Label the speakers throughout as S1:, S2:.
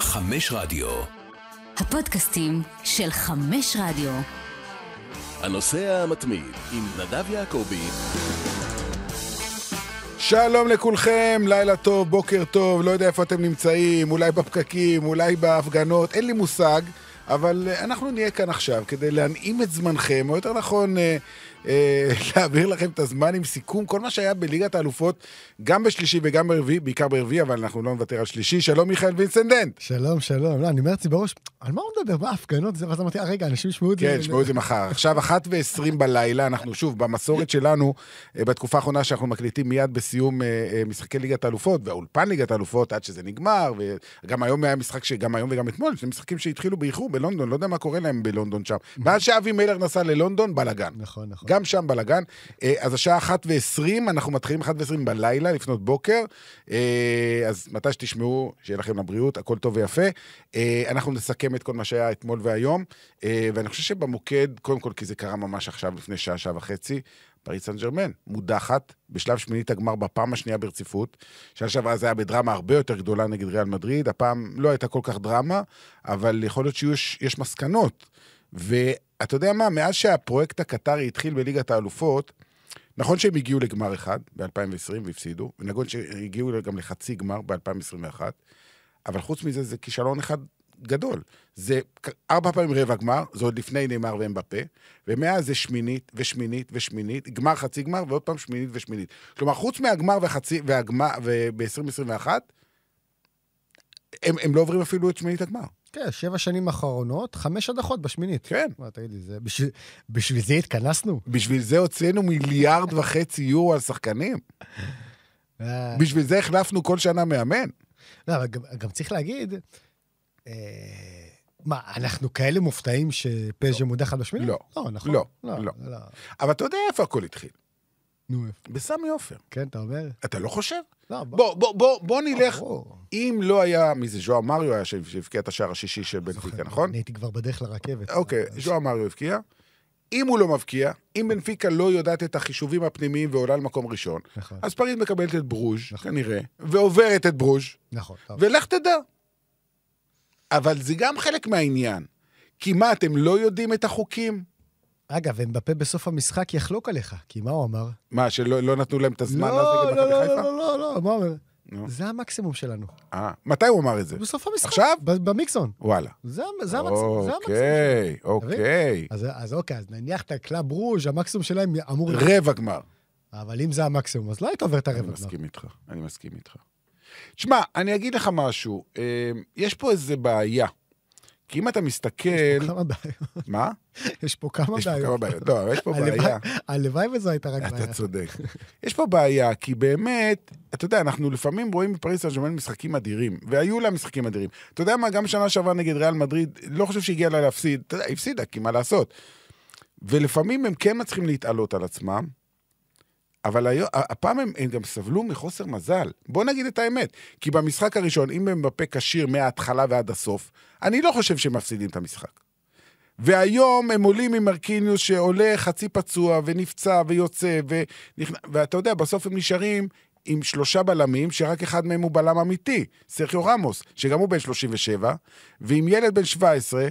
S1: חמש רדיו.
S2: הפודקאסטים של חמש רדיו.
S1: הנוסע המתמיד עם נדב יעקבי.
S3: שלום לכולכם, לילה טוב, בוקר טוב, לא יודע איפה אתם נמצאים, אולי בפקקים, אולי בהפגנות, אין לי מושג, אבל אה, אנחנו נהיה כאן עכשיו כדי להנעים את זמנכם, או יותר נכון, אה, אה, להעביר לכם את הזמן עם סיכום כל מה שהיה בליגת האלופות, גם בשלישי וגם ברביעי, בעיקר ברביעי, אבל אנחנו לא נוותר על שלישי. שלום מיכאל וינסנדנט.
S4: שלום, שלום. לא, אני אומר לעצמי בראש, על מה הוא מדבר? מה ההפגנות? זה, ואז אמרתי, "אה, רגע, אנשים ישמעו את זה.
S3: כן, שמעו את זה מחר. עכשיו, אחת ועשרים בלילה, אנחנו שוב, במסורת שלנו, אה, בתקופה האחרונה שאנחנו מקליטים מיד בסיום אה, אה, משחקי ליגת האלופות, והאולפן ליגת האלופות, עד שזה נגמר, וגם היום היה משחק, ש- גם היום וגם אתמול, שני משחקים שהתחילו באיחור בלונדון, לא יודע מה קורה להם בלונדון שם. מאז שאבי מלר נסע ללונדון, בלאגן.
S4: Mm-hmm. נכון, נכון.
S3: גם שם בלאגן. אה, אז השעה 1 ו-20, אנחנו מתחילים 1 ו-20 בלילה, לפנות בוקר. אה, אז מתי שתשמעו, שיהיה לכם לבריאות, הכל טוב ויפה. אה, אנחנו נסכם את כל מה שהיה אתמול והיום, אה, ואני חושב שבמוקד, קודם כל, כי זה קרה ממש עכשיו, לפני שעה, שעה וחצי, פריס סן ג'רמן מודחת בשלב שמינית הגמר בפעם השנייה ברציפות. שנה שעברה זה היה בדרמה הרבה יותר גדולה נגד ריאל מדריד, הפעם לא הייתה כל כך דרמה, אבל יכול להיות שיש יש מסקנות. ואתה יודע מה, מאז שהפרויקט הקטרי התחיל בליגת האלופות, נכון שהם הגיעו לגמר אחד ב-2020 והפסידו, ונכון שהגיעו גם לחצי גמר ב-2021, אבל חוץ מזה זה כישלון אחד גדול. זה כ- ארבע פעמים רבע גמר, זה עוד לפני נאמר והם בפה, ומאז זה שמינית ושמינית ושמינית, גמר חצי גמר ועוד פעם שמינית ושמינית. כלומר, חוץ מהגמר וחצי, והגמר, וב-2021, הם, הם לא עוברים אפילו את שמינית הגמר.
S4: כן, שבע שנים אחרונות, חמש הדחות בשמינית.
S3: כן.
S4: מה, תגיד לי, זה... בשביל- בשביל זה התכנסנו?
S3: בשביל זה הוצאנו מיליארד וחצי יורו על שחקנים.
S4: אה,
S3: בשביל זה החלפנו כל שנה מאמן.
S4: לא, אבל גם- גם צריך להגיד, אה, מה, אנחנו כאלה מופתעים שפז'ה מודחת בשמינית?
S3: לא.
S4: לא, נכון?
S3: לא, לא. אבל אתה יודע איפה הכל התחיל?
S4: נו, איפה?
S3: בסמי עופר.
S4: כן, אתה אומר?
S3: אתה לא חושב?
S4: לא,
S3: בוא, בוא, בוא, בוא נלך.
S4: ברור.
S3: אם לא היה, מי זה, ז'ואר מריו היה ש- שהבקיע את השער השישי של בנפיקה, נכון?
S4: אני הייתי כבר בדרך לרכבת. אה,
S3: אוקיי, ז'ואר מריו הבקיע. אם הוא לא מבקיע, אם בנפיקה לא יודעת את החישובים הפנימיים ועולה למקום ראשון,
S4: נכון,
S3: אז פריז מקבלת את ברוז'
S4: נכון.
S3: כנראה, ועוברת את ברוז',
S4: נכון. טוב.
S3: ולך תדע. אבל זה גם חלק מהעניין. כי מה, אתם לא יודעים את החוקים?
S4: אגב, אמבפה בסוף המשחק יחלוק עליך, כי מה הוא אמר?
S3: מה, שלא לא נתנו להם את הזמן הזה
S4: לא,
S3: נגד
S4: לא,
S3: מכבי
S4: לא,
S3: חיפה?
S4: לא, לא, לא, מה הוא אומר?
S3: נו.
S4: זה המקסימום שלנו.
S3: אה, מתי הוא אמר את זה?
S4: בסוף המשחק.
S3: עכשיו?
S4: ב- במיקסון.
S3: וואלה.
S4: זה המ- זה המקסימום. זה המקסימום.
S3: אוקיי, אוקיי.
S4: אז, אז אוקיי, אז נניח את הקלאב רוז', המקסימום שלהם אמור... ר...
S3: רבע גמר.
S4: אבל אם זה המקסימום, אז לא היית עובר את
S3: אני
S4: הרבע.
S3: מסכים איתך, אני מסכים איתך. שמע, אני אגיד לך משהו, אה, יש פה איזה בעיה. כי אם אתה
S4: יש
S3: מסתכל...
S4: פה כמה בעיות.
S3: מה?
S4: יש פה כמה
S3: יש פה כמה
S4: בעיות.
S3: בעיות. לא, יש פה
S4: הלוואי-
S3: בעיה.
S4: הלוואי וזו הייתה רק בעיה.
S3: אתה צודק. יש פה בעיה, כי באמת, אתה יודע, אנחנו לפעמים רואים בפריס סן ג'רמן משחקים אדירים, והיו לה משחקים אדירים. אתה יודע מה, גם שנה שעברה נגד ריאל מדריד, לא חושב שהגיעה לה להפסיד, אתה יודע, היא הפסידה, כי מה לעשות. ולפעמים הם כן מצליחים להתעלות על עצמם, אבל היום, הפעם הם, הם גם סבלו מחוסר מזל. בוא נגיד את האמת, כי במשחק הראשון, אם הם בפה כשיר מההתחלה ועד הסוף, אני לא חושב שהם מפסידים את המשחק. והיום הם עולים עם מרקיניוס שעולה חצי פצוע ונפצע ויוצא, ונכנ... ואתה יודע, בסוף הם נשארים עם שלושה בלמים, שרק אחד מהם הוא בלם אמיתי, סרחיו רמוס, שגם הוא בן 37, ועם ילד בן 17,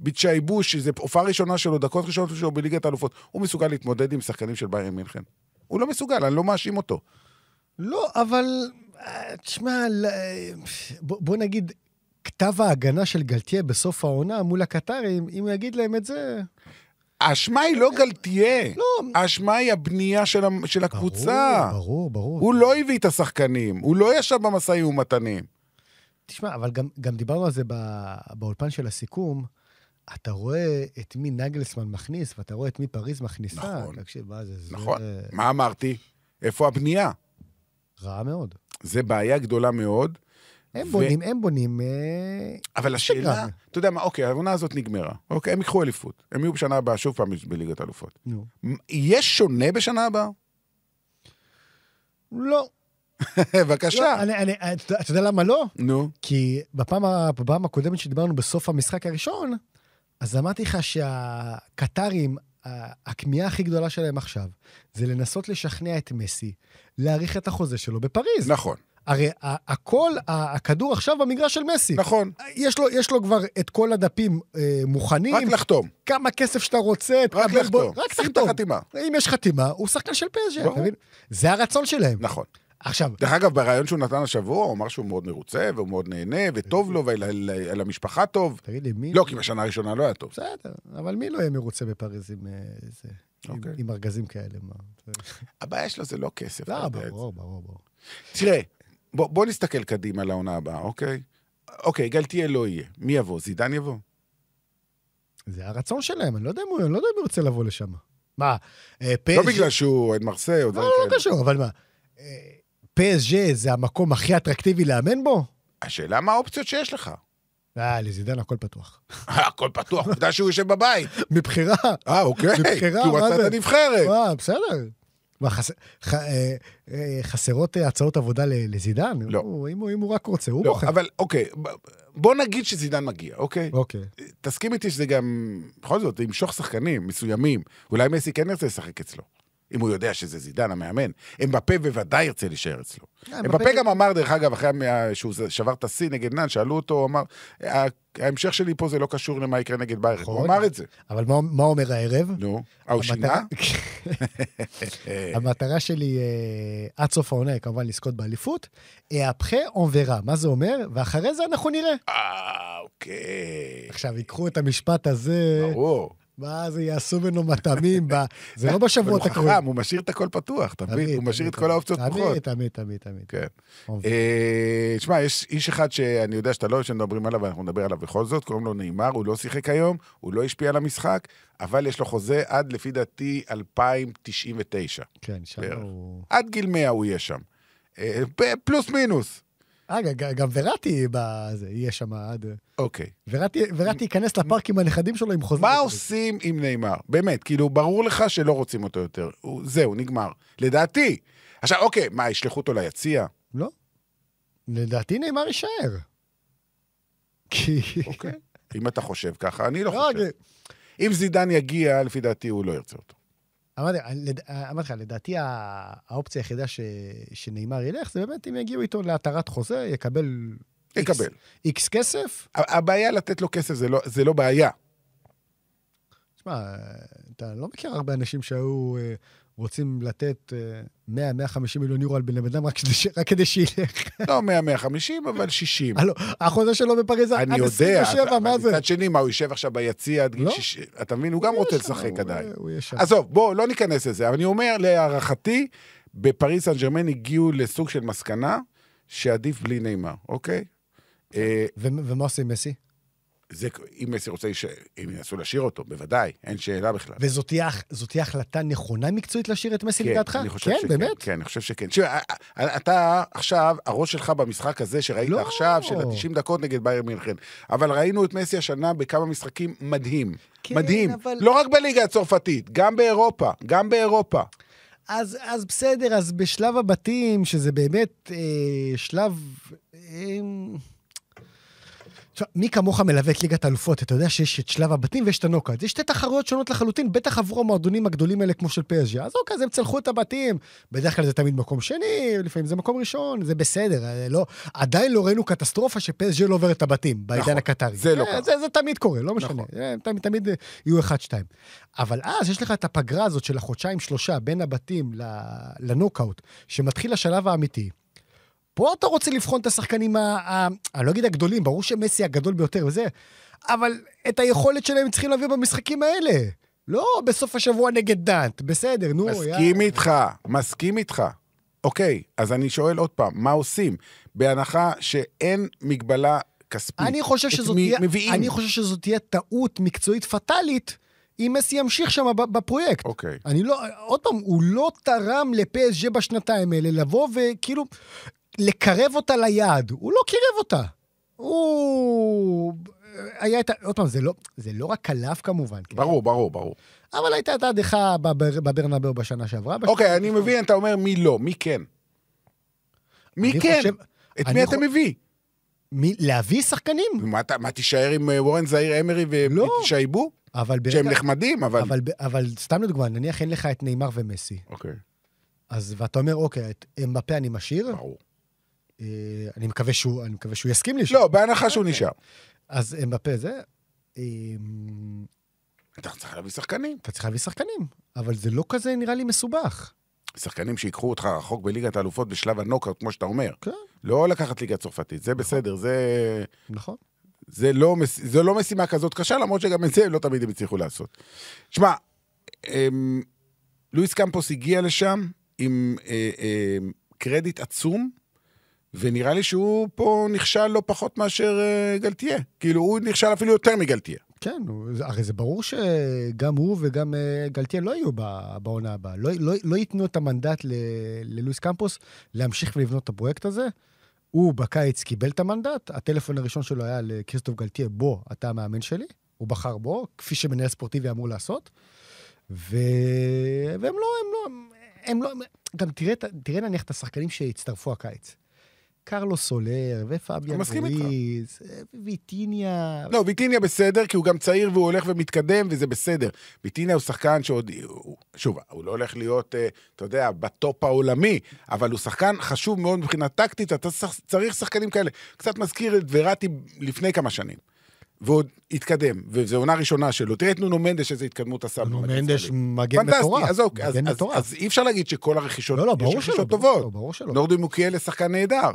S3: בצ'ייבו, שזו הופעה ראשונה שלו, דקות ראשונות שלו בליגת האלופות, הוא מסוגל להתמודד עם שחקנים של ביירן מינכן. הוא לא מסוגל, אני לא מאשים אותו.
S4: לא, אבל... אה, תשמע, ל- אה, בוא, בוא נגיד, כתב ההגנה של גלתיה בסוף העונה מול הקטרים, אם הוא יגיד להם את זה...
S3: האשמה היא לא גלתיה,
S4: לא,
S3: האשמה היא הבנייה של, המ- של הקבוצה.
S4: ברור, ברור, ברור.
S3: הוא לא הביא את השחקנים, הוא לא ישב במשאים ומתנים.
S4: תשמע, אבל גם, גם דיברנו על זה ב, באולפן של הסיכום. אתה רואה את מי נגלסמן מכניס, ואתה רואה את מי פריז מכניסה.
S3: נכון.
S4: תקשיב, מה זה? זה
S3: נכון. מה אמרתי? איפה הבנייה?
S4: רע מאוד.
S3: זה בעיה גדולה מאוד,
S4: הם
S3: ו-
S4: בונים, הם בונים... אה,
S3: אבל השאלה,
S4: שגרם.
S3: אתה יודע מה, אוקיי, העונה הזאת נגמרה. אוקיי, הם ייקחו אליפות. הם יהיו בשנה הבאה שוב פעם בליגת אלופות.
S4: נו.
S3: יהיה שונה בשנה הבאה?
S4: לא.
S3: בבקשה.
S4: לא, אני- אני- אתה אתה יודע למה לא?
S3: נו,
S4: כי בפעם, ה- בפעם הקודמת שדיברנו בסוף המשחק הראשון, אז אמרתי לך שהקטרים, ה- הכמיהה הכי גדולה שלהם עכשיו, זה לנסות לשכנע את מסי להאריך את החוזה שלו בפריז.
S3: נכון.
S4: הרי ה- הכל, ה- הכדור עכשיו במגרש של מסי.
S3: נכון.
S4: יש לו, יש לו כבר את כל הדפים אה, מוכנים,
S3: רק לחתום.
S4: כמה כסף שאתה רוצה,
S3: רק
S4: תקבל
S3: לחתום.
S4: בו- רק
S3: שים את
S4: תחתום.
S3: החתימה.
S4: אם יש חתימה, הוא שחקן של פז'ה,
S3: ברור.
S4: אתה מבין? זה הרצון שלהם.
S3: נכון.
S4: עכשיו,
S3: דרך אגב, בריאיון שהוא נתן השבוע, הוא אמר שהוא מאוד מרוצה, והוא מאוד נהנה, וטוב לו, ולמשפחה טוב.
S4: תגיד לי, מי...
S3: לא, כי בשנה הראשונה לא היה טוב.
S4: בסדר, אבל מי לא יהיה מרוצה בפריז עם אה, זה? עם-
S3: אוקיי.
S4: עם ארגזים כאלה, מה? זה-
S3: הבעיה שלו זה לא כסף. אתה
S4: לא,
S3: יודע את זה.
S4: ברור, ברור, ברור.
S3: תראה, בוא, בוא נסתכל קדימה לעונה הבאה, אוקיי? אוקיי, גלתיאל לא יהיה. מי יבוא? זידן יבוא?
S4: זה הרצון שלהם, אני לא יודע אם הוא אני לא יודע אם הוא ירצה לבוא לשם. מה, אה, פז'
S3: לא בגלל שהוא אוהד מרסיי או
S4: לא,
S3: דברים
S4: לא, לא
S3: כאלה.
S4: קשור, אבל מה, אה, PSG זה המקום הכי אטרקטיבי לאמן בו?
S3: השאלה מה האופציות שיש לך.
S4: אה, לזידן הכל פתוח.
S3: הכל פתוח, עובדה שהוא יושב בבית.
S4: מבחירה.
S3: אה, אוקיי.
S4: מבחירה,
S3: כי הוא
S4: מה
S3: רצה
S4: זה?
S3: את הנבחרת.
S4: וואו, בסדר. מה, חס- ח- אה, אה, חסרות אה, הצעות עבודה ל- לזידן?
S3: לא.
S4: הוא- אם הוא אם הוא רק רוצה, הוא
S3: לא,
S4: בוחר.
S3: אבל אוקיי, ב- בוא נגיד שזידן מגיע, אוקיי?
S4: אוקיי.
S3: תסכים איתי שזה גם, בכל זאת, זה ימשוך שחקנים מסוימים. אולי מסי כן ירצה לשחק אצלו. אם הוא יודע שזה זידן המאמן. אמבפה בוודאי ירצה להישאר אצלו.
S4: אה,
S3: אמבפה
S4: אמבפה-
S3: גם אמר, דרך אגב, אחרי המאה- שהוא ז- שבר את השיא נגד נאן, שאלו אותו, הוא אמר, "ה- ההמשך שלי פה זה לא קשור למה יקרה נגד ביירן. הוא
S4: נכון.
S3: אמר את זה.
S4: אבל מה- מה אומר הערב?
S3: נו, אה, הוא שינה? אה.
S4: המטרה- המטרה שלי אה, עד סוף העונה היא כמובן לזכות באליפות. אה, אפחה אונברה, מה זה אומר? ואחרי זה אנחנו נראה.
S3: אה, אוקיי.
S4: עכשיו, ייקחו את המשפט הזה,
S3: ברור.
S4: מה זה יעשו ממנו מטעמים, ב- זה לא בשבועות
S3: הוא
S4: הקרובים.
S3: חכם, הוא משאיר את הכל פתוח, אתה
S4: תמיד,
S3: מבין? הוא משאיר
S4: תמיד,
S3: את כל האופציות
S4: תמיד,
S3: פתוחות.
S4: תמיד, תמיד, תמיד.
S3: כן.
S4: אונברה.
S3: אה, תשמע, יש איש אחד שאני יודע שאתה לא אוהב שמדברים עליו, ואנחנו נדבר עליו בכל זאת, קוראים לו נאמר, הוא לא שיחק היום, הוא לא השפיע על המשחק, אבל יש לו חוזה עד, לפי דעתי, 2099.
S4: כן, שם
S3: בערך.
S4: הוא...
S3: עד גיל 100 הוא יהיה שם. אה, ב- פלוס מינוס.
S4: אה, ג- גם וראטי בזה, יהיה שם עד...
S3: אוקיי.
S4: וראטי וראטי ייכנס לפארק עם הנכדים שלו עם חוזר.
S3: מה
S4: כזה.
S3: עושים עם נאמר? באמת, כאילו, ברור לך שלא רוצים אותו יותר. הוא- זהו, נגמר. לדעתי. עכשיו, אוקיי, מה, ישלחו אותו ליציע?
S4: לא. לדעתי נאמר יישאר. כי...
S3: אוקיי. אם אתה חושב ככה, אני לא
S4: לא,
S3: חושב.
S4: אני-
S3: אם זידן יגיע, לפי דעתי הוא לא ירצה אותו.
S4: אמרתי לד- אמרתי לך, לדעתי ה- האופציה היחידה ש- שנאמר ילך, זה באמת אם יגיעו איתו להתרת חוזה, יקבל...
S3: יקבל.
S4: איקס כסף.
S3: ה- הבעיה לתת לו כסף זה לא, זה לא בעיה.
S4: תשמע, אתה לא מכיר הרבה אנשים שהיו אה, רוצים לתת אה, 100-150 מיליון יורו על בן אדם רק כדי ש- רק כדי שילך.
S3: לא 100, 150, אבל 60.
S4: הלו, החוזה שלו בפריז עד
S3: אני יודע,
S4: 27,
S3: אבל
S4: מה זה?
S3: מצד שני, מה, הוא יושב עכשיו ביציע עד גיל
S4: לא.
S3: 60? אתה מבין? הוא גם רוצה לשחק
S4: הוא-
S3: עדיין.
S4: הוא יהיה שם.
S3: עזוב, בואו, לא ניכנס לזה. אבל אני אומר, להערכתי, בפריס סן ג'רמן הגיעו לסוג של מסקנה שעדיף בלי נאמר, אוקיי?
S4: כן.
S3: אה,
S4: ו- ומה עושה עם מסי?
S3: זה, אם מסי רוצה, להישאר- אם ינסו להשאיר אותו, בוודאי, אין שאלה בכלל.
S4: וזאת תהיה הח- זאת תהיה החלטה נכונה מקצועית להשאיר את מסי
S3: כן,
S4: לדעתך?
S3: אני חושב שכן.
S4: כן, באמת?
S3: כן, אני חושב שכן. תשמע, אה, אתה עכשיו, הראש שלך במשחק הזה שראית
S4: לא.
S3: עכשיו, של ה-90 דקות נגד בייר מינכן, אבל ראינו את מסי השנה בכמה משחקים מדהים.
S4: כן,
S3: מדהים.
S4: אבל-
S3: לא רק בליגה הצרפתית, גם באירופה, גם באירופה.
S4: אז, אז בסדר, אז בשלב הבתים, שזה באמת אה, שלב... אה, תשמע, מי כמוך מלווה את ליגת האלופות, אתה יודע שיש את שלב הבתים ויש את הנוקאאט. זה שתי תחרויות שונות לחלוטין, בטח עברו המועדונים הגדולים האלה כמו של פז'ה. אז אוקיי, אז הם צלחו את הבתים. בדרך כלל זה תמיד מקום שני, לפעמים זה מקום ראשון, זה בסדר. אה, לא, עדיין לא ראינו קטסטרופה שפז'ה לא עובר את הבתים בעידן
S3: נכון,
S4: הקטרי.
S3: זה לא
S4: אה,
S3: קרה.
S4: זה, זה תמיד קורה, לא משנה.
S3: נכון.
S4: אה, תמיד, תמיד אה, יהיו אחד-שתיים. אבל אז יש לך את הפגרה הזאת של החודשיים-שלושה בין הבתים ל- לנוקאוט, שמתחיל השלב האמיתי. פה אתה רוצה לבחון את השחקנים, ה- ה- אני לא אגיד הגדולים, ברור שמסי הגדול ביותר וזה, אבל את היכולת שלהם הם צריכים להביא במשחקים האלה. לא בסוף השבוע נגד דאנט, בסדר, נו,
S3: מסכים איתך, מסכים איתך. אוקיי, אז אני שואל עוד פעם, מה עושים? בהנחה שאין מגבלה כספית.
S4: אני חושב,
S3: את
S4: שזאת
S3: מי
S4: תהיה,
S3: מביאים.
S4: אני חושב שזאת תהיה טעות מקצועית פטאלית אם מסי ימשיך שם ב- בפרויקט.
S3: אוקיי.
S4: אני לא, עוד פעם, הוא לא תרם לפסג' בשנתיים האלה לבוא וכאילו לקרב אותה ליעד. הוא לא קירב אותה. הוא... היה את ה... עוד פעם, זה לא, זה לא רק עליו כמובן, כן?
S3: ברור, ברור, ברור.
S4: אבל הייתה את ההדחה בבר- בברנבאו בשנה שעברה. בש-
S3: אוקיי, אני מבין, אתה אומר מי לא, מי כן. מי
S4: אני
S3: כן?
S4: חושב-
S3: את
S4: אני
S3: מי אתה
S4: חו-
S3: מביא?
S4: מ- להביא שחקנים,
S3: מה, אתה- מה, תישאר עם אה, וורן זעיר אמרי
S4: לא.
S3: ותשייבו?
S4: אבל, ברגע-
S3: שהם נחמדים, אבל...
S4: אבל, אבל סתם לדוגמה, נניח אין לך את נאמר ומסי,
S3: אוקיי, לא.
S4: אז ואתה אומר, אוקיי, את אמבפה אני משאיר,
S3: ברור.
S4: אה, אני מקווה שהוא, אני מקווה שהוא יסכים לי.
S3: לא, בהנחה
S4: אוקיי.
S3: שהוא נשאר.
S4: אז אמבפה זה. אה,
S3: אתה צריך להביא שחקנים.
S4: אתה צריך להביא שחקנים, אבל זה לא כזה נראה לי מסובך.
S3: שחקנים שיקחו אותך רחוק בליגת האלופות בשלב הנוקאוט, כמו שאתה אומר.
S4: כן.
S3: לא לקחת ליגה צרפתית, זה בסדר, זה...
S4: נכון.
S3: זה לא, מס- זו לא משימה כזאת קשה, למרות שגם את זה לא תמיד הם הצליחו לעשות. שמע, אמ, לואיס קמפוס הגיע לשם עם אה, אה, קרדיט עצום, ונראה לי שהוא פה נכשל לא פחות מאשר אה, גלתיה. כאילו, הוא נכשל אפילו יותר מגלתיה.
S4: כן, הוא- זה- הרי זה ברור שגם הוא וגם אה, גלטיאל לא יהיו ב- בעונה הבאה. לא, לא, לא ייתנו את המנדט ל- ללואיס קמפוס להמשיך ולבנות את הפרויקט הזה. הוא בקיץ קיבל את המנדט, הטלפון הראשון שלו היה לקריסטוף גלטיאל, בוא, אתה המאמן שלי. הוא בחר בו, כפי שמנהל ספורטיבי אמור לעשות. ו... והם לא, הם לא, הם, הם לא, גם תראה, את ה- תראה נניח את השחקנים שהצטרפו הקיץ. קרלו סולר,
S3: אני
S4: ופאביאן אה,
S3: מסכים איתך.
S4: רויז, ויטיניה,
S3: לא, ויטיניה בסדר, כי הוא גם צעיר והוא הולך ומתקדם, וזה בסדר. ויטיניה הוא שחקן שעוד... הוא- שוב, הוא לא הולך להיות, אה, אתה יודע, בטופ העולמי, אבל הוא שחקן חשוב מאוד מבחינה טקטית, אתה שח- צריך שחקנים כאלה. קצת מזכיר את וראטי לפני כמה שנים. ועוד התקדם, וזו עונה ראשונה שלו. תראה את נונו מנדש, איזה התקדמות עשה.
S4: נו,
S3: במגן
S4: מנדש
S3: שמאלי.
S4: מגן מטורף.
S3: פנטסטי, אז אוקיי, אז-
S4: מגן
S3: אז-
S4: מטורף.
S3: אז אי אפשר להגיד שכל הרכישות,
S4: לא, לא,
S3: יש
S4: ברור שלא.
S3: רכישות
S4: ברור שלא,
S3: טובות. לא.
S4: ברור שלא.
S3: נורדוי מוקיאל שחקן נהדר.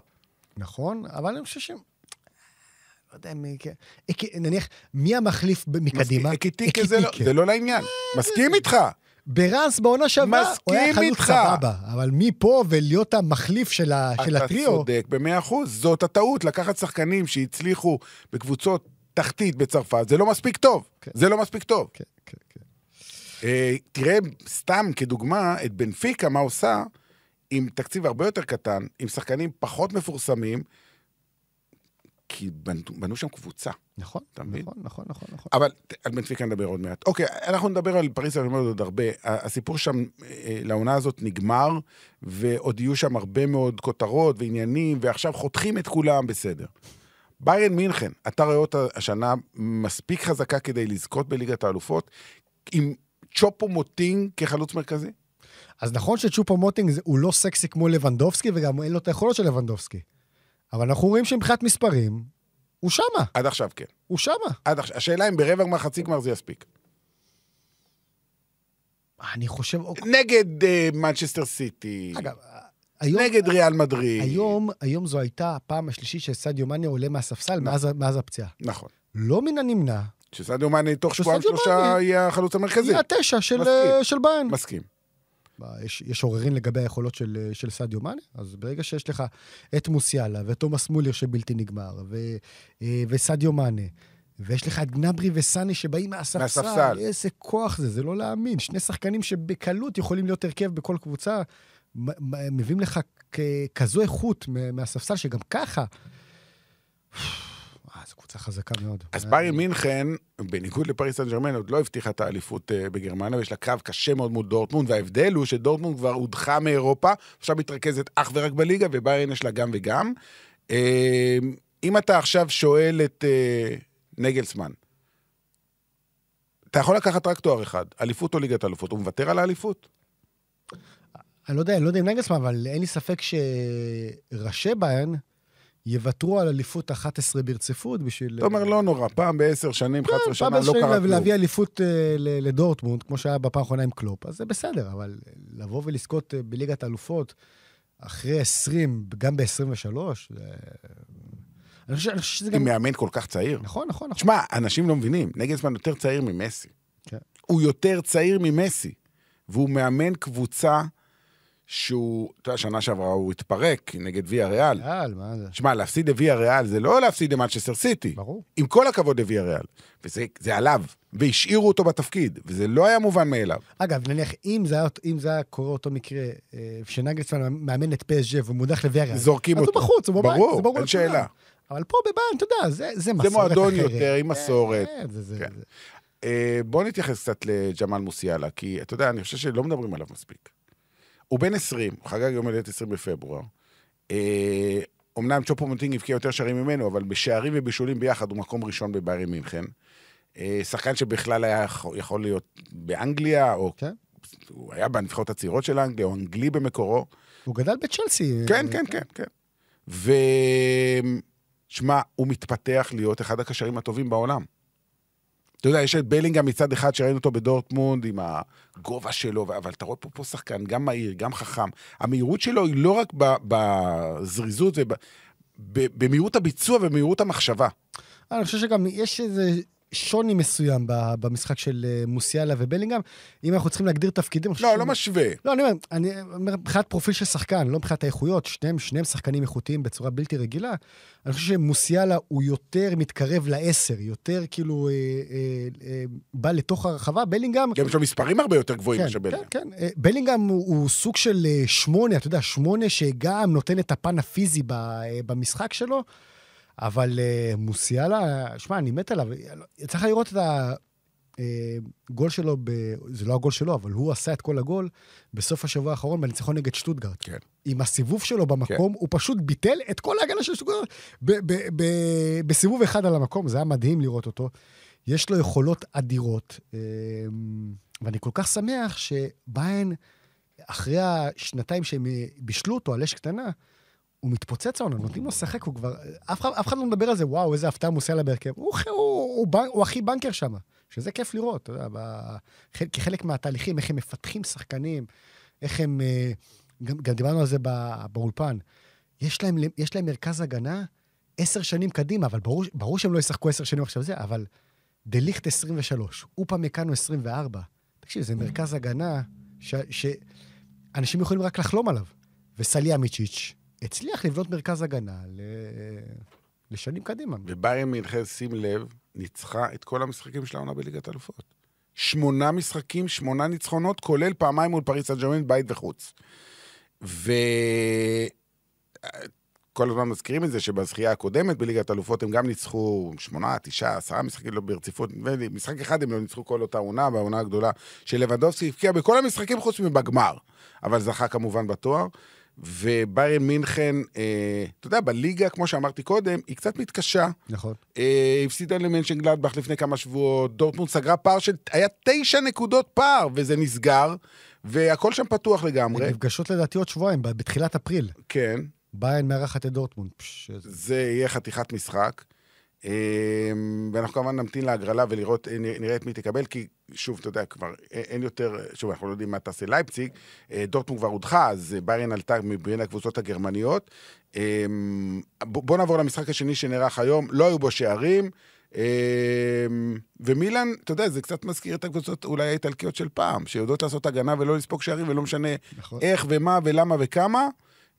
S4: נכון, אבל אני חושב שהם... לא יודע, מי- כ- איקי- נניח, מי המחליף ב- מקדימה?
S3: אקיטיקה
S4: איקי
S3: זה לא-
S4: טיקה.
S3: זה לא לעניין. מסכים איתך.
S4: ברנס בעונה שעברה, הוא היה
S3: מסכים
S4: חלוץ
S3: איתך.
S4: סבבה, אבל מפה ולהיות המחליף של ה- של
S3: אתה
S4: הטריו,
S3: צודק במאה אחוז, זאת הטעות, לקחת שחקנים שהצליחו בקבוצות תחתית בצרפת, זה לא מספיק טוב.
S4: כן.
S3: זה לא מספיק טוב.
S4: כן, כן, כן.
S3: אה, תראה, סתם כדוגמה, את בנפיקה, מה עושה, עם תקציב הרבה יותר קטן, עם שחקנים פחות מפורסמים, כי בנו, בנו שם קבוצה.
S4: נכון,
S3: אתה מבין?
S4: נכון, נכון, נכון, נכון.
S3: אבל ת- על בנפיקה נדבר עוד מעט. אוקיי, אנחנו נדבר על פריס סן עוד הרבה. ה- הסיפור שם, אה, לעונה הזאת נגמר, ועוד יהיו שם הרבה מאוד כותרות ועניינים, ועכשיו חותכים את כולם, בסדר. ביירן מינכן, אתה רואה אותה השנה מספיק חזקה כדי לזכות בליגת האלופות, עם צ'ופו מוטינג כחלוץ מרכזי?
S4: אז נכון שצ'ופו מוטינג זה- הוא לא סקסי כמו לבנדובסקי, וגם אין לו את היכולות של לבנדובסקי. אבל אנחנו רואים שמבחינת מספרים, הוא שמה,
S3: עד עכשיו כן.
S4: הוא שמה.
S3: עד עכשיו. השאלה אם ברבע גמר, חצי גמר זה יספיק.
S4: אני חושב...
S3: נגד אה, מנצ'סטר סיטי,
S4: אגב, היום...
S3: כאילו. נגד ריאל מדריד.
S4: היום, היום זו הייתה הפעם השלישית שסעדיו מאנה עולה מהספסל מאז, מאז הפציעה.
S3: נכון.
S4: לא מן הנמנע,
S3: שסעדיו מאנה תוך
S4: שסעדיו
S3: שבועיים שלושה
S4: מאנה-
S3: יהיה החלוץ המרכזי.
S4: היא התשע של, אה,
S3: מסכים.
S4: של ביין.
S3: מסכים.
S4: יש, יש עוררין לגבי היכולות של, של סעדיו מאנה, אז ברגע שיש לך את מוסיאלה ואת תומאס מולר שבלתי נגמר, ו, אה, וסעדיו מאנה, ויש לך את גנברי וסאני שבאים מהספסל,
S3: מהספסל.
S4: איזה כוח זה, זה לא להאמין. שני שחקנים שבקלות יכולים להיות הרכב בכל קבוצה, מ- מ- מביאים לך כ- כזו איכות מ- מהספסל, שגם ככה... אה, זו קבוצה חזקה מאוד.
S3: אז ביירן מינכן, בניגוד לפריס סן ג'רמן, עוד לא הבטיחה את האליפות אה, בגרמניה, ויש לה קרב קשה מאוד מול דורטמונד, וההבדל הוא שדורטמונד כבר הודחה מאירופה, עכשיו מתרכזת אך ורק בליגה, וביירן יש לה גם וגם. אה, אם אתה עכשיו שואל את אה, נגלסמן, אתה יכול לקחת רק תואר אחד, אליפות או ליגת אלופות, הוא מוותר על האליפות?
S4: אני לא יודע, אני לא יודע אם נגלסמן, אבל אין לי ספק שראשי ביירן יוותרו על אליפות 11 ברציפות בשביל...
S3: אתה אומר, לא נורא, פעם בעשר שנים, 11
S4: כן, פעם
S3: שנה, לא
S4: בשנים
S3: קרה כלום.
S4: להביא אליפות אה, ל- לדורטמונד, כמו שהיה בפעם האחרונה עם קלופ, אז זה בסדר, אבל לבוא ולזכות אה, בליגת האלופות אחרי 20, גם ב-23, אני חושב אני חושב שזה גם...
S3: עם מאמן כל כך צעיר.
S4: נכון, נכון, נכון.
S3: שמע, אנשים לא מבינים, נגלסמן יותר צעיר ממסי.
S4: כן.
S3: הוא יותר צעיר ממסי, והוא מאמן קבוצה שהוא, אתה יודע, שנה שעברה הוא התפרק נגד ויה ריאל.
S4: יאל, מה זה?
S3: שמע, להפסיד לוויה ריאל זה לא להפסיד למנצ'סטר סיטי.
S4: ברור.
S3: עם כל הכבוד לוויה ריאל. וזה זה עליו, והשאירו אותו בתפקיד, וזה לא היה מובן מאליו.
S4: אגב, נניח, אם זה היה, אם זה היה קורה אותו מקרה, אה, שנגלסמן מאמן את פסג' והוא מודח לוויאריה,
S3: זורקים
S4: כן. אז
S3: אותו.
S4: הוא בחוץ, הוא בבית,
S3: ברור,
S4: זה ברור
S3: אין
S4: לכולם.
S3: שאלה.
S4: אבל פה בבן, אתה יודע, זה, זה מסורת
S3: מועדון
S4: אחרת.
S3: יותר, עם
S4: כן,
S3: מסורת.
S4: כן, זה, זה,
S3: כן.
S4: זה.
S3: אה, בואו נתייחס קצת לג'מאל מוסיאלה, כי אתה יודע, אני חושב שלא מדברים עליו מספיק. הוא בן 20, הוא חגג יום הולדת 20 בפברואר. אה, אומנם צ'ופו מוטינג הבקיע יותר שערים ממנו, אבל בשערים ובישולים ביחד הוא מקום ראשון בביירן מינכן. אה, שחקן שבכלל היה יכול- יכול להיות באנגליה, או
S4: כן.
S3: הוא היה בנבחרות הצעירות של אנגליה, או אנגלי במקורו.
S4: הוא גדל בצ'לסי.
S3: כן, כן, כן, כן. ו... שמע, הוא מתפתח להיות אחד הקשרים הטובים בעולם. אתה יודע, יש את בלינגהם מצד אחד, שראינו אותו בדורטמונד עם הגובה שלו, אבל אתה רואה פה, פה שחקן גם מהיר, גם חכם. המהירות שלו היא לא רק ב- בזריזות, וב- ב- במהירות הביצוע ובמהירות המחשבה.
S4: אני חושב שגם יש איזה שוני מסוים ב- במשחק של אה, מוסיאלה ובלינגהם. אם אנחנו צריכים להגדיר תפקידים... אני חושב
S3: לא,
S4: ש-
S3: לא משווה.
S4: לא, אני אומר, אני אומר, מבחינת פרופיל של שחקן, לא מבחינת האיכויות, שניהם, שניהם שחקנים איכותיים בצורה בלתי רגילה. אני חושב שמוסיאלה הוא יותר מתקרב לעשר, יותר כאילו אה, אה, אה, בא לתוך הרחבה. בלינגהם...
S3: גם יש לו מספרים הרבה יותר גבוהים מאשר
S4: כן,
S3: בלינגהם.
S4: כן, כן. אה, בלינגהם הוא, הוא סוג של אה, שמונה, אתה יודע, שמונה שגם נותן את הפן הפיזי ב, אה, במשחק שלו, אבל אה, מוסיאלה, שמע, אני מת עליו. אה, צריך לראות את הגול שלו, ב, זה לא הגול שלו, אבל הוא עשה את כל הגול בסוף השבוע האחרון בניצחון נגד שטוטגרט.
S3: כן.
S4: עם הסיבוב שלו במקום, הוא פשוט ביטל את כל ההגנה של שטוטגרט ב- ב- ב- בסיבוב אחד על המקום, זה היה מדהים לראות אותו. יש לו יכולות אדירות, אה, ואני כל כך שמח שביין, אחרי השנתיים שהם אה, בישלו אותו על אש קטנה, הוא מתפוצץ העונה, נותנים לו לשחק, הוא כבר... אף אחד, אף אחד לא מדבר על זה, וואו, איזה הפתעה מוסלע בהרכב. הוא, הוא, הוא, הוא, בנ- הוא הכי בנקר שם, שזה כיף לראות, אתה יודע, ב- חלק- כחלק מהתהליכים, איך הם מפתחים שחקנים, איך הם... אה, גם, גם דיברנו על זה בא- באולפן. יש להם, יש להם מרכז הגנה עשר שנים קדימה, אבל ברור, ברור שהם לא ישחקו עשר שנים עכשיו זה, אבל דליכט 23, אופמקאנו 24. תקשיב, זה מרכז הגנה ש, שאנשים יכולים רק לחלום עליו. וסליאמיצ'יץ' הצליח לבנות מרכז הגנה ל... לשנים קדימה.
S3: וביירן מינכן, שים לב, ניצחה את כל המשחקים של העונה בליגת אלופות. שמונה משחקים, שמונה ניצחונות, כולל פעמיים מול פריס סן ג'רמן, בית וחוץ. ו... כל הזמן מזכירים את זה שבזכייה הקודמת בליגת אלופות הם גם ניצחו שמונה, תשעה, עשרה משחקים לא ברציפות, נדמה לי, משחק אחד הם לא ניצחו כל אותה עונה, בעונה הגדולה של לבנדובסקי, הבקיע בכל המשחקים חוץ מבגמר, אבל זכה כמובן בתואר. וביירן מינכן, אה, אתה יודע, בליגה, כמו שאמרתי קודם, היא קצת מתקשה.
S4: נכון.
S3: אה, הפסידה למנשן גלדבך לפני כמה שבועות, דורטמונד סגרה פער של... היה תשע נקודות פער, וזה נסגר, והכל שם פתוח לגמרי.
S4: נפגשות לדעתי עוד שבועיים, ב- בתחילת אפריל.
S3: כן,
S4: ביין מארחת את דורטמונד. פש, איזה-
S3: זה יהיה חתיכת משחק. אה, ואנחנו כמובן נמתין להגרלה ולראות, אה, נראה נראה את מי תקבל, כי שוב, אתה יודע, כבר אה, אין יותר, שוב, אנחנו לא יודעים מה תעשה לייפציג, אה, דורטמונד כבר הודחה, אז אה, ביירן עלתה מבין הקבוצות הגרמניות. אה, בוא בוא נעבור למשחק השני שנערך היום, לא היו בו שערים. אה, ומילאן, אתה יודע, זה קצת מזכיר את הקבוצות אולי האיטלקיות של פעם, שיודעות לעשות הגנה ולא לספוג שערים ולא משנה
S4: נכון.
S3: איך ומה ולמה וכמה.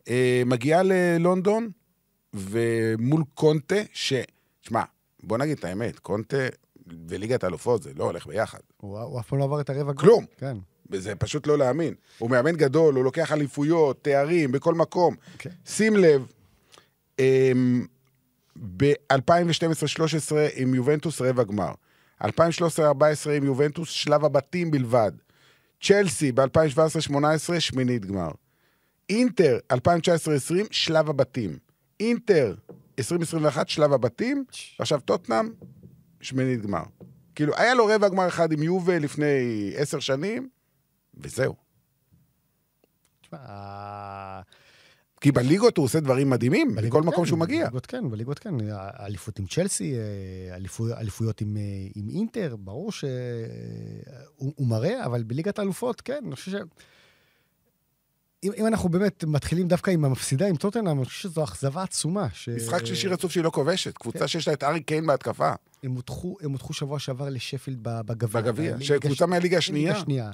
S3: אה, מגיעה ללונדון, ומול קונטה, ש... שמע, בוא נגיד את האמת, קונטה וליגת האלופות זה לא הולך ביחד.
S4: הוא הוא אף פעם לא עבר את הרבע גמר.
S3: כלום.
S4: כן.
S3: זה פשוט לא להאמין. הוא מאמן גדול, הוא לוקח אליפויות, תארים, בכל מקום.
S4: כן.
S3: שים לב, אמ, ב-2012-2013 עם יובנטוס רבע גמר. 2013-2014 עם יובנטוס שלב הבתים בלבד. צ'לסי ב-2017-2018 שמינית גמר. אינטר 2019-2020 שלב הבתים. אינטר 2021 שלב הבתים, ועכשיו טוטנאם שמינית גמר. כאילו, היה לו רבע גמר אחד עם יובל לפני עשר שנים, וזהו.
S4: תשמע, ה-
S3: כי בליגות הוא עושה דברים מדהימים, בכל
S4: בליגות
S3: מקום
S4: כן,
S3: שהוא מגיע.
S4: בליגות כן, בליגות כן. אליפות עם צ'לסי, אה, אליפו- אליפויות עם, אה, עם אינטר, ברור שהוא הוא מראה, אבל בליגת האלופות, כן, אני חושב ש... אם, אם אנחנו באמת מתחילים דווקא עם המפסידה, עם טוטנאם, אני חושב שזו אכזבה עצומה. ש...
S3: משחק שלישי רצוף שהיא לא כובשת, קבוצה שיש לה את ארי קיין בהתקפה.
S4: הם הודחו, הם הודחו שבוע שעבר לשפילד ב- בגביע.
S3: בגביע,
S4: בליגה
S3: אה, שקבוצה
S4: ש-
S3: מהליגה השנייה.
S4: בליגה השנייה.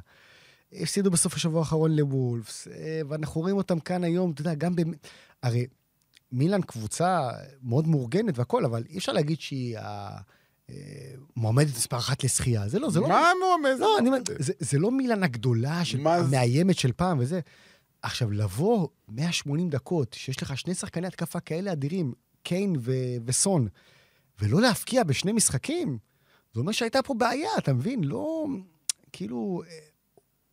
S4: הפסידו בסוף השבוע האחרון לוולפס, אה, ואנחנו רואים אותם כאן היום, אתה יודע, גם ב... הרי מילאן קבוצה מאוד מאורגנת והכול, אבל אי אפשר להגיד שהיא המועמדת מספר אחת לזכייה. זה לא, זה לא...
S3: מה מועמד?
S4: לא, אני אומר, זה, זה לא מילאן הגדולה, של,
S3: מה זה?
S4: המאיימת של פעם וזה. עכשיו, לבוא 180 דקות, שיש לך שני שחקני התקפה כאלה אדירים, קיין ו- וסון, ולא להפקיע בשני משחקים, זה אומר שהייתה פה בעיה, אתה מבין? לא... כאילו... אה,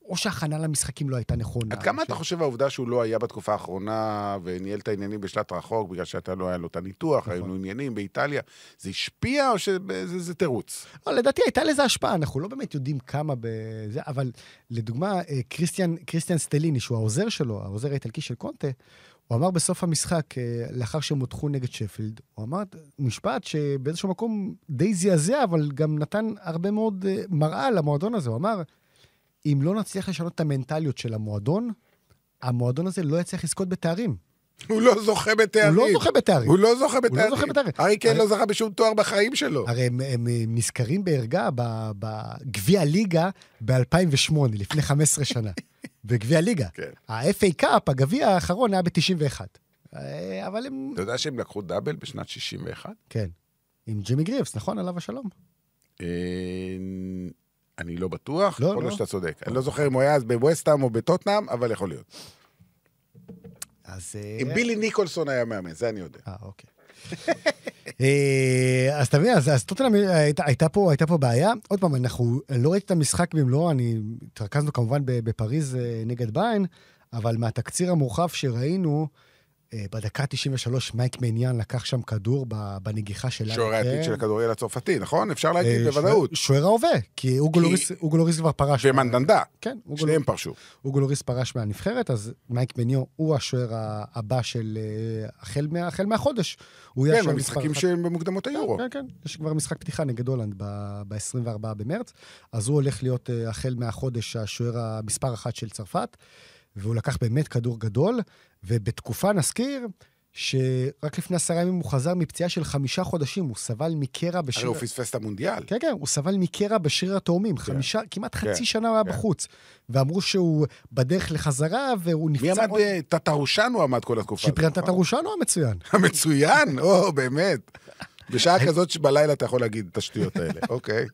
S4: או שההכנה למשחקים לא הייתה נכונה.
S3: עד כמה
S4: או
S3: אתה
S4: ש-
S3: חושב העובדה שהוא לא היה בתקופה האחרונה וניהל את העניינים בשלט רחוק, בגלל שאתה לא היה לו את הניתוח,
S4: נכון.
S3: היינו עניינים באיטליה, זה השפיע או שזה תירוץ?
S4: לא, לדעתי הייתה לזה השפעה, אנחנו לא באמת יודעים כמה בזה, אבל לדוגמה, אה, קריסטיאן, קריסטיאן סטליני, שהוא העוזר שלו, העוזר האיטלקי של קונטה, הוא אמר בסוף המשחק, אה, לאחר שהם הותחו נגד שפילד, הוא אמר משפט שבאיזשהו מקום די זעזע, אבל גם נתן הרבה מאוד אה, מראה למועדון הזה. הוא אמר, אם לא נצליח לשנות את המנטליות של המועדון, המועדון הזה לא יצליח לזכות בתארים.
S3: הוא לא זוכה בתארים.
S4: הוא לא זוכה בתארים.
S3: הוא לא זוכה בתארים.
S4: זוכה בתארים.
S3: ארי קיין
S4: הרי-
S3: לא זכה בשום תואר בחיים שלו.
S4: הרי הם, הם אה, נזכרים בערגה ב- בגביע ליגה ב-2008, לפני 15 שנה. בגביע ליגה.
S3: כן.
S4: ה-FA קאפ, הגביע האחרון, היה ב-91. אבל הם...
S3: אתה יודע שהם לקחו דאבל בשנת 61?
S4: כן. עם ג'ימי גריבס, נכון? עליו השלום.
S3: אה, אני לא בטוח,
S4: לא,
S3: יכול להיות
S4: לא.
S3: שאתה צודק. אני לא זוכר אם הוא היה אז בווסטהאם או בטוטנאם, אבל יכול להיות.
S4: אז... אה,
S3: אם בילי ניקולסון היה מאמן, זה אני יודע.
S4: אה, אוקיי. אה, אז אתה מבין, אז, אז טוטנאם אה, הייתה, הייתה, פה, הייתה פה בעיה. עוד פעם, אנחנו לא ראיתי את המשחק במלואו, אני, התרכזנו כמובן ב- בפריז אה, נגד ביין, אבל מהתקציר המורחב שראינו, אה, בדקה 93 מייק מניאן לקח שם כדור ב- בנגיחה של...
S3: שוער
S4: הארי
S3: העתיד
S4: קיין.
S3: של הכדורגל הצרפתי, נכון? אפשר להגיד
S4: אה,
S3: בוודאות.
S4: שוער- שוער ההווה, כי אוגו
S3: כי-
S4: לוריס- אוגו לוריס כבר פרש.
S3: ומנדנדה,
S4: כן, אוגו
S3: שניהם פרשו.
S4: אוגו לוריס פרש מהנבחרת, אז מייק מניו הוא השוער ה- הבא של אה, החל, מה, החל מהחודש. הוא יהיה
S3: כן,
S4: השוער מספר
S3: במשחקים
S4: אחת.
S3: שהם במוקדמות היורו.
S4: כן, כן, יש כבר משחק פתיחה נגד הולנד ב-24 במרץ, אז הוא הולך להיות אה, החל מהחודש השוער המספר אחת של צרפת, והוא לקח באמת כדור גדול, ובתקופה נזכיר שרק לפני עשרה ימים הוא חזר מפציעה של חמישה חודשים, הוא סבל מקרע
S3: הרי
S4: בשיר...
S3: הוא פספס את המונדיאל.
S4: כן, כן, הוא סבל מקרע בשריר התאומים, חמישה, כמעט חצי שנה הוא היה
S3: כן.
S4: בחוץ. ואמרו שהוא בדרך לחזרה, והוא
S3: מי
S4: נפצע... לא
S3: עמד?
S4: עוד-
S3: ב- טטרושנו עמד כל התקופה. הזאת,
S4: שפריאן
S3: נכון?
S4: טטרושנו המצוין.
S3: מצוין, או, באמת. בשעה כזאת שבלילה אתה יכול להגיד את השטויות האלה. אוקיי,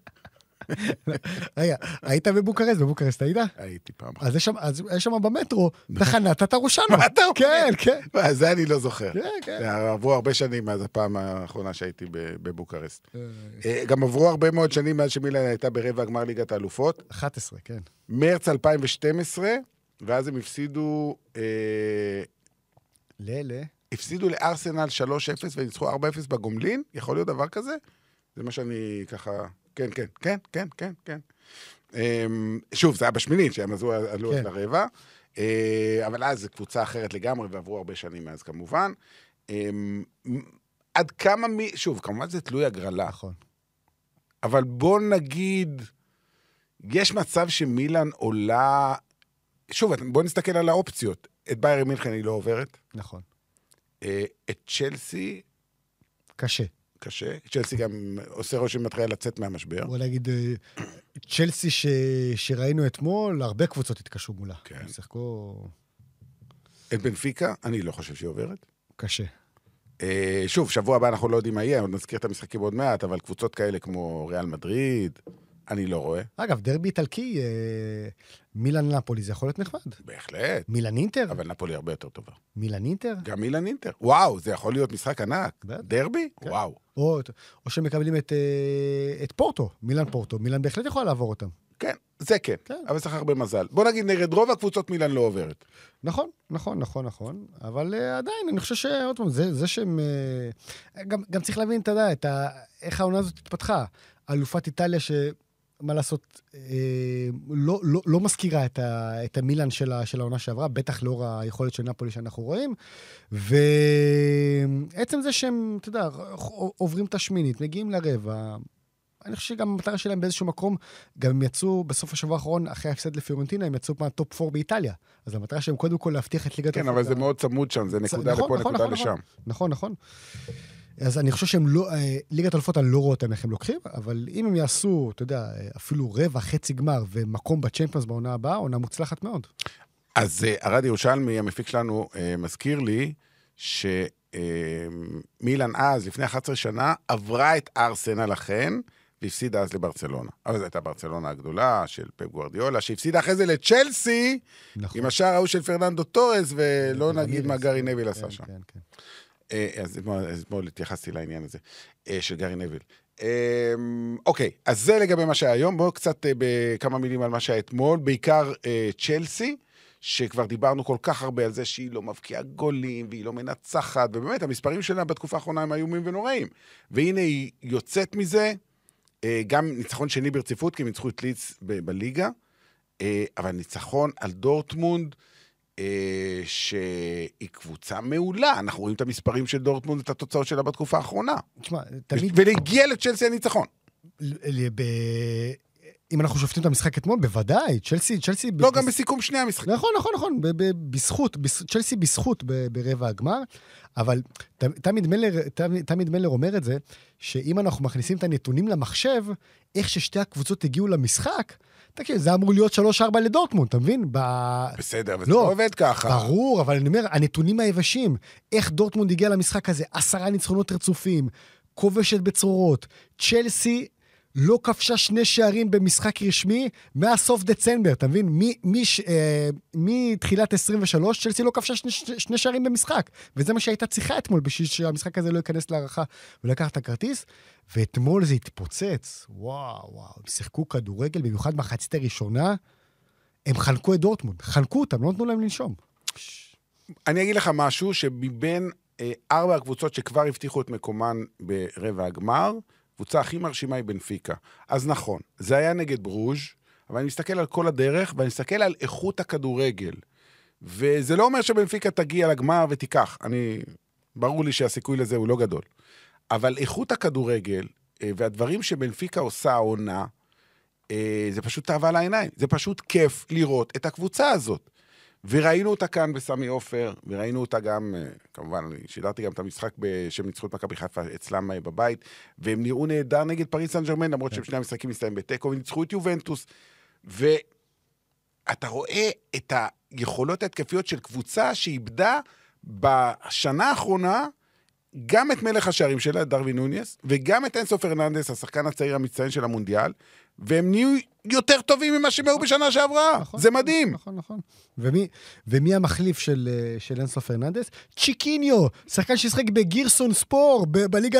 S4: רגע, היית בבוקרשט, בבוקרשט היית?
S3: הייתי פעם אחת.
S4: אז יש שם, אז יש שם במטרו, תחנת טטרושנו.
S3: מה אתה אומר?
S4: כן, כן.
S3: אה, זה אני לא זוכר.
S4: כן, כן.
S3: עברו הרבה שנים מאז הפעם האחרונה שהייתי ב- בבוקרשט. אה, גם עברו הרבה מאוד שנים מאז שמילן הייתה ברבע הגמר ליגת האלופות.
S4: 11, כן.
S3: מרץ 2012, ואז הם הפסידו... אה,
S4: לאלה.
S3: הפסידו לארסנל 3-0 וניצחו 4-0 בגומלין? יכול להיות דבר כזה? זה מה שאני ככה... כן, כן, כן, כן, כן, כן. אמ, שוב, זה היה בשמינית, שהם עזרו- עלו
S4: כן.
S3: עד לרבע. אה, אבל אז זו קבוצה אחרת לגמרי, ועברו הרבה שנים מאז כמובן. אמ, עד כמה מי... שוב, כמובן זה תלוי הגרלה,
S4: נכון.
S3: אבל בוא נגיד, יש מצב שמילאן עולה... שוב, בוא נסתכל על האופציות. את ביירן מינכן היא לא עוברת.
S4: נכון.
S3: אה, את צ'לסי,
S4: קשה.
S3: קשה. צ'לסי גם עושה רושם מתחילה לצאת מהמשבר.
S4: בוא נגיד, אה, צ'לסי ש... שראינו אתמול, הרבה קבוצות התקשו מולה.
S3: כן.
S4: הם שיחקו
S3: את בנפיקה, אני לא חושב שהיא עוברת.
S4: קשה.
S3: אה, שוב, שבוע הבא אנחנו לא יודעים מה יהיה, עוד נזכיר את המשחקים עוד מעט, אבל קבוצות כאלה כמו ריאל מדריד, אני לא רואה.
S4: אגב, דרבי איטלקי, אה, מילאן נפולי, זה יכול להיות נחמד.
S3: בהחלט.
S4: מילאן אינטר?
S3: אבל נפולי הרבה יותר טובה.
S4: מילאן אינטר?
S3: גם אילן אינטר. וואו, זה יכול להיות משחק ענק.
S4: בטח.
S3: דרבי?
S4: כן.
S3: וואו.
S4: או, או שמקבלים את, אה, את פורטו, מילאן פורטו. מילאן בהחלט יכולה לעבור אותם.
S3: כן, זה כן.
S4: כן.
S3: אבל צריך הרבה מזל. בוא נגיד, נגד רוב הקבוצות מילן לא עוברת.
S4: נכון, נכון, נכון, נכון, אבל uh, עדיין, אני חושב שעוד פעם, זה, זה שהם... Uh, גם, גם צריך להבין, אתה יודע, את ה, איך העונה הזאת התפתחה. אלופת איטליה, שמה לעשות, uh, לא, לא, לא מזכירה את, ה, את המילאן של, ה, של העונה שעברה, בטח לאור היכולת של נפולי שאנחנו רואים. ועצם זה שהם, אתה יודע, עוברים את השמינית, מגיעים לרבע, אני חושב שגם המטרה שלהם באיזשהו מקום, גם הם יצאו בסוף השבוע האחרון, אחרי ההפסד לפיורנטינה, הם יצאו מהטופ 4 באיטליה. אז המטרה שלהם קודם כל להבטיח את ליגת
S3: כן,
S4: האלופות
S3: אבל זה
S4: ה-
S3: מאוד צמוד שם, זה נקודה
S4: נכון,
S3: לפה,
S4: נכון,
S3: נקודה
S4: נכון,
S3: לשם.
S4: נכון, נכון. אז אני חושב שהם לא, אה, ליגת אלופות אני לא רואה אותם איך הם לוקחים, אבל אם הם יעשו, אתה יודע, אה, אפילו רבע, חצי גמר ומקום בצ'מפיונס בעונה הבאה, עונה מוצלחת מאוד.
S3: אז אה, ארד ירושלמי, המפיק שלנו, אה, מזכיר לי שמילן אז, לפני 11 שנה, עברה את ארסנל אכן, והפסידה אז לברצלונה. אבל זו הייתה ברצלונה הגדולה של פפ גוורדיולה, שהפסידה אחרי זה לצ'לסי,
S4: נכון.
S3: עם השער ההוא של פרננדו טורס, ולא נגיד מה גארי נביל
S4: כן,
S3: עשה שם.
S4: כן, כן.
S3: אה, אז אתמול- אז אתמול התייחסתי לעניין הזה, אה, של גארי נביל. אה, אוקיי, אז זה לגבי מה שהיה היום. בואו קצת אה, בכמה מילים על מה שהיה אתמול, בעיקר אה, צ'לסי, שכבר דיברנו כל כך הרבה על זה שהיא לא מבקיעה גולים, והיא לא מנצחת, ובאמת, המספרים שלה בתקופה האחרונה הם איומים ונוראים. והנה היא יוצאת מזה, אה, גם ניצחון שני ברציפות, כי הם ניצחו את ליץ ב- בליגה, אה, אבל ניצחון על דורטמונד, אה, שהיא קבוצה מעולה. אנחנו רואים את המספרים של דורטמונד, את התוצאות שלה בתקופה האחרונה.
S4: תשמע, תמיד...
S3: ולהגיע לצ'לסי הניצחון.
S4: ל- ל- ב- אם אנחנו שופטים את המשחק אתמול, בוודאי, צ'לסי, צ'לסי...
S3: לא,
S4: בס-
S3: גם בסיכום שני המשחקים.
S4: נכון, נכון, נכון, ב- ב- בזכות, בס- צ'לסי בזכות ב- ברבע הגמר, אבל ת- תמיד מלר, תמיד- תמיד מלר אומר את זה, שאם אנחנו מכניסים את הנתונים למחשב, איך ששתי הקבוצות הגיעו למשחק, תקשיב, זה אמור להיות 3-4 לדורטמונד, אתה מבין? ב-
S3: בסדר, אבל זה
S4: לא.
S3: לא עובד ככה.
S4: ברור, אבל אני אומר, הנתונים היבשים, איך דורטמונד הגיע למשחק הזה, עשרה ניצחונות רצופים, כובשת בצרורות, צ'לסי לא כבשה שני שערים במשחק רשמי מאז סוף דצמבר, אתה מבין? מי- מי ש- אה, מתחילת 23, צ'לסי לא כבשה שני- שני- שני שערים במשחק, וזה מה שהייתה צריכה אתמול בשביל שהמשחק הזה לא ייכנס להערכה ולקח את הכרטיס, ואתמול זה התפוצץ, וואו, וואו, הם שיחקו כדורגל, במיוחד מחצית הראשונה. הם חנקו את דורטמונד, חנקו אותם, לא נתנו להם לנשום.
S3: אני אגיד לך משהו, שמבין אה, ארבע הקבוצות שכבר הבטיחו את מקומן ברבע הגמר, הקבוצה הכי מרשימה היא בנפיקה. אז נכון, זה היה נגד ברוז', אבל אני מסתכל על כל הדרך, ואני מסתכל על איכות הכדורגל. וזה לא אומר שבנפיקה תגיע לגמר ותיקח. אני... ברור לי שהסיכוי לזה הוא לא גדול. אבל איכות הכדורגל אה, והדברים שבנפיקה עושה העונה, אה, זה פשוט תאווה לעיניים. זה פשוט כיף לראות את הקבוצה הזאת. וראינו אותה כאן בסמי עופר, וראינו אותה גם, אה, כמובן, אני שידרתי גם את המשחק ב- שהם ניצחו את מכבי חיפה אצלם אה, בבית, והם נראו נהדר נגד פריס סן ג'רמן, למרות
S4: כן.
S3: שהם שני המשחקים הסתיימו בתיקו, והם ניצחו את יובנטוס. ואתה רואה את היכולות ההתקפיות של קבוצה שאיבדה בשנה האחרונה גם את מלך השערים שלה, דרווין נוניס, וגם את אינסו פרננדס, השחקן הצעיר המצטיין של המונדיאל, והם נהיו יותר טובים ממה שהם היו בשנה שעברה.
S4: נכון,
S3: זה מדהים.
S4: נכון, נכון. ומי, ומי המחליף של, אה, של אינסו פרננדס? צ'יקיניו, שחקן ששיחק בגירסון ספור, ב- בליגה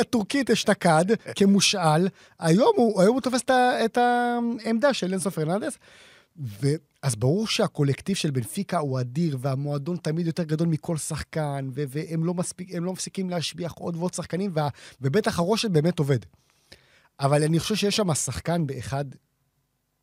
S4: הטורקית אשתקד, כמושאל. היום הוא, היום הוא תופס את, ה- את העמדה של אינסו פרננדס. ו... אז ברור שהקולקטיב של בנפיקה הוא אדיר, והמועדון תמיד יותר גדול מכל שחקן, ו- והם לא, מספיק, הם לא מפסיקים להשביח עוד ועוד שחקנים, וה- ובטח הרושם באמת עובד. אבל אני חושב שיש שם שחקן באחד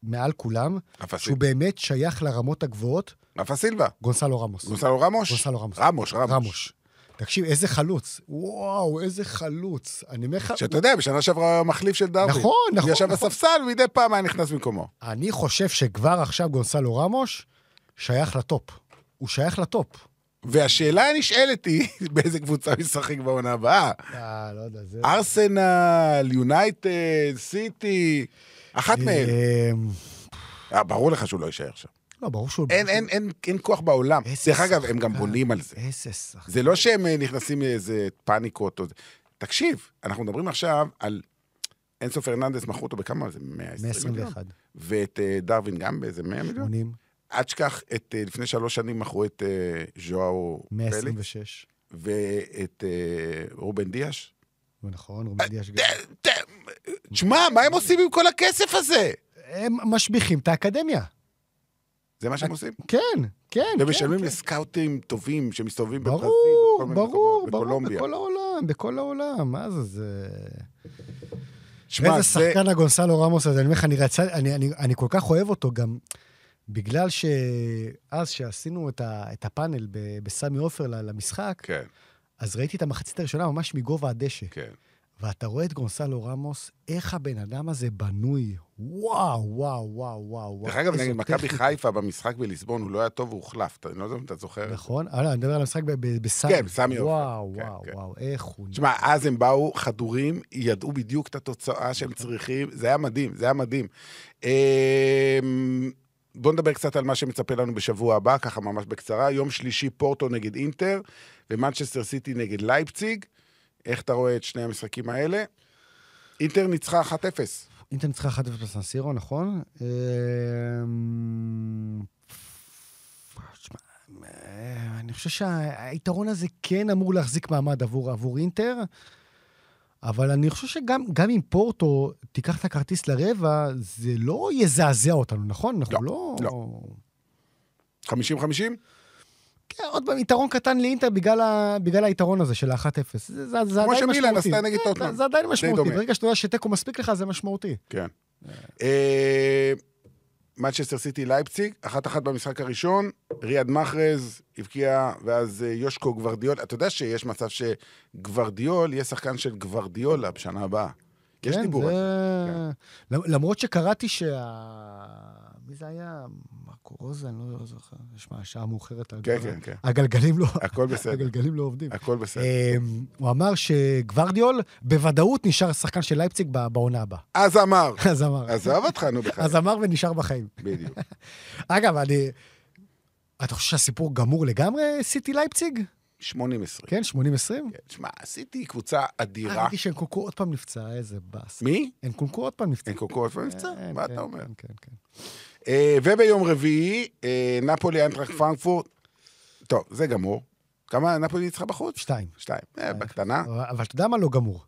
S4: מעל כולם, שהוא באמת שייך לרמות הגבוהות,
S3: רפה סילבה,
S4: גונסלו רמוס.
S3: גונסלו רמוש.
S4: גונסלו רמוס.
S3: רמוש, רמוש.
S4: רמוש. תקשיב, איזה חלוץ. וואו, איזה חלוץ. אני אומר לך...
S3: שאתה יודע, בשנה שעברה הוא המחליף של דרווין.
S4: נכון, נכון,
S3: ישב
S4: נכון.
S3: בספסל, מדי פעם היה נכנס במקומו.
S4: אני חושב שכבר עכשיו גונסלו רמוש שייך לטופ. הוא שייך לטופ.
S3: והשאלה הנשאלת היא, באיזה קבוצה הוא ישחק בעונה הבאה?
S4: אה, לא יודע, זה...
S3: ארסנל, יונייטד, סיטי, אחת מהן.
S4: אמ,
S3: אה, ברור לך שהוא לא יישאר שם.
S4: לא, ברור שהוא...
S3: אין- אין- אין- אין כוח בעולם.
S4: איזה
S3: דרך אגב, הם גם
S4: שחקן.
S3: בונים על זה.
S4: איזה שחקן.
S3: זה לא שהם אה, נכנסים לאיזה פאניקות או זה. תקשיב, אנחנו מדברים עכשיו על אינסו פרננדס, מכרו אותו בכמה? זה 120 מיליון.
S4: 121.
S3: ואת אה, דרווין גם באיזה 100 מיליון?
S4: 80.
S3: אל תשכח, את, אה, לפני שלוש שנים מכרו את אה, ז'ואאו פליקס
S4: 126.
S3: ואת אה, רובן דיאש.
S4: נכון,
S3: אה,
S4: רומדיה שגר.
S3: ת- תשמע, מה הם עושים עם כל הכסף הזה?
S4: הם משביחים את האקדמיה.
S3: זה מה שהם עושים?
S4: כן, כן, כן.
S3: הם משלמים
S4: כן.
S3: לסקאוטים טובים שמסתובבים בברזיל, בכל
S4: ברור,
S3: מיני
S4: ברור,
S3: מקומות,
S4: ברור,
S3: בקולומביה.
S4: בכל העולם, בכל העולם, מה זה, זה...
S3: שמע,
S4: איזה
S3: זה-
S4: שחקן הגונסלו רמוס הזה, אני אומר לך, אני רצה, אני- אני- אני כל כך אוהב אותו גם, בגלל שאז שעשינו את ה- את הפאנל ב- בסמי עופר ל- למשחק,
S3: כן,
S4: אז ראיתי את המחצית הראשונה ממש מגובה הדשא.
S3: כן.
S4: ואתה רואה את גונסלו רמוס, איך הבן אדם הזה בנוי. וואו, וואו, וואו, וואו.
S3: דרך
S4: וואו,
S3: אגב,
S4: איזו
S3: נגד מכבי
S4: טכניקה.
S3: חיפה במשחק בליסבון, הוא לא היה טוב, הוא הוחלף. אתה- אני לא יודע אם אתה זוכר.
S4: נכון? אה, לא, אני מדבר על המשחק ב- ב- בסמי.
S3: כן, בסמי עופר.
S4: וואו,
S3: כן,
S4: וואו,
S3: כן.
S4: וואו, איך הוא...
S3: תשמע, אז הם באו חדורים, ידעו בדיוק את התוצאה שהם צריכים, זה היה מדהים, זה היה מדהים. אמ, בואו נדבר קצת על מה שמצפה לנו בשבוע הבא, ככה ממש בקצרה. יום שלישי פורטו נגד אינטר, ומנצ'סטר סיטי נגד לייפציג. איך אתה רואה את שני המשחקים האלה? אינטר ניצחה 1-0.
S4: אינטר ניצחה 1-0 בסנסירו, נכון? אמ, תשמע, אה, אני חושב שהיתרון הזה כן אמור להחזיק מעמד עבור, עבור אינטר, אבל אני חושב שגם גם אם פורטו תיקח את הכרטיס לרבע, זה לא יזעזע אותנו, נכון? אנחנו לא... לא.
S3: 50-50?
S4: כן, עוד פעם, יתרון קטן לאינטר בגלל, ה... בגלל היתרון הזה של ה-1-0. זה, זה, זה עדיין משמעותי.
S3: שמילן עשתה נגד
S4: כן,
S3: טוטנהאם.
S4: זה עדיין משמעותי.
S3: דומה.
S4: ברגע שאתה יודע שתיקו מספיק לך, זה משמעותי.
S3: כן. אה, מנצ'סטר סיטי לייפציג, אחת אחת במשחק הראשון, ריאד מחרז הבקיע, ואז אה, יושקו גוורדיול. אתה יודע שיש מצב שגוורדיול יהיה שחקן של גוורדיולה בשנה הבאה. יש
S4: כן,
S3: דיבור על זה.
S4: למ- למרות שקראתי שה... מי זה היה? מרקו רוזה, אני לא זוכר. שמע, השעה מאוחרת.
S3: כן,
S4: הגל-
S3: כן, כן.
S4: הגלגלים לא...
S3: הכל בסדר,
S4: הגלגלים לא עובדים.
S3: הכל בסדר.
S4: אמ, הוא אמר שגוורדיול בוודאות נשאר שחקן של לייפציג ב- בעונה הבאה.
S3: אז אמר.
S4: אז אמר.
S3: עזב אותך, נו בחיים.
S4: אז אמר ונשאר בחיים.
S3: בדיוק.
S4: אגב, אני... אתה חושב שהסיפור גמור לגמרי, סיטי לייפציג?
S3: 80-20.
S4: כן, 80-20?
S3: שמע, עשיתי קבוצה
S4: אה,
S3: אדירה.
S4: ראיתי שאנקונקו עוד פעם נפצע, איזה באס.
S3: מי?
S4: אנקונקו עוד פעם נפצע.
S3: אין קוקו איפה מבצע?
S4: כן,
S3: מה
S4: כן,
S3: אתה אומר?
S4: כן, כן, כן.
S3: אה, וביום רביעי, אה, נפולי, איינטרק פרנקפורט. טוב, זה גמור. כמה נפולי ניצחה בחוץ?
S4: שתיים.
S3: שתיים. אה, בקטנה.
S4: אבל- אבל אתה יודע מה לא גמור?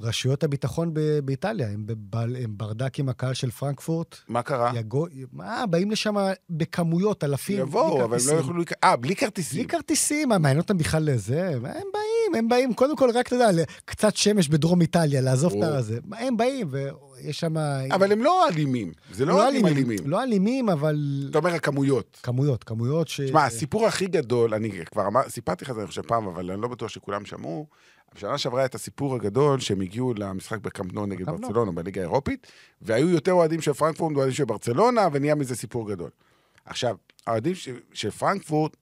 S4: רשויות הביטחון ב- באיטליה, הם בבל- הם ברדק עם הקהל של פרנקפורט.
S3: מה קרה?
S4: יגו... מה, באים לשם בכמויות, אלפים. בלי
S3: יבואו, אבל הם
S4: כרטיסים.
S3: לא יוכלו... להיכ- אה, בלי
S4: בלי
S3: כרטיסים.
S4: כרטיסים, מה, מעניין אותם בכלל לזה? הם באים, הם באים, קודם כל רק, אתה יודע, ל- קצת שמש בדרום איטליה, לעזוב את
S3: ברור.
S4: הזה. מה, הם באים, ויש שם...
S3: אבל הם לא אלימים. זה לא אוהדים אלימים.
S4: לא אלימים, אבל...
S3: אתה אומר הכמויות.
S4: כמויות, כמויות ש...
S3: תשמע, הסיפור הכי גדול, אני כבר אמר, סיפרתי לך את זה, אני חושב, פעם, אבל אני לא בטוח שכולם שמעו. בשנה שעברה היה את הסיפור הגדול שהם הגיעו למשחק בקמפנור נגד
S4: בקאמפ נו.
S3: ברצלונה, בליגה האירופית, והיו יותר אוהדים של פרנקפורט ואוהדים של ברצלונה, ונהיה מזה סיפור גדול. עכשיו, האוהדים ש- של פרנקפורט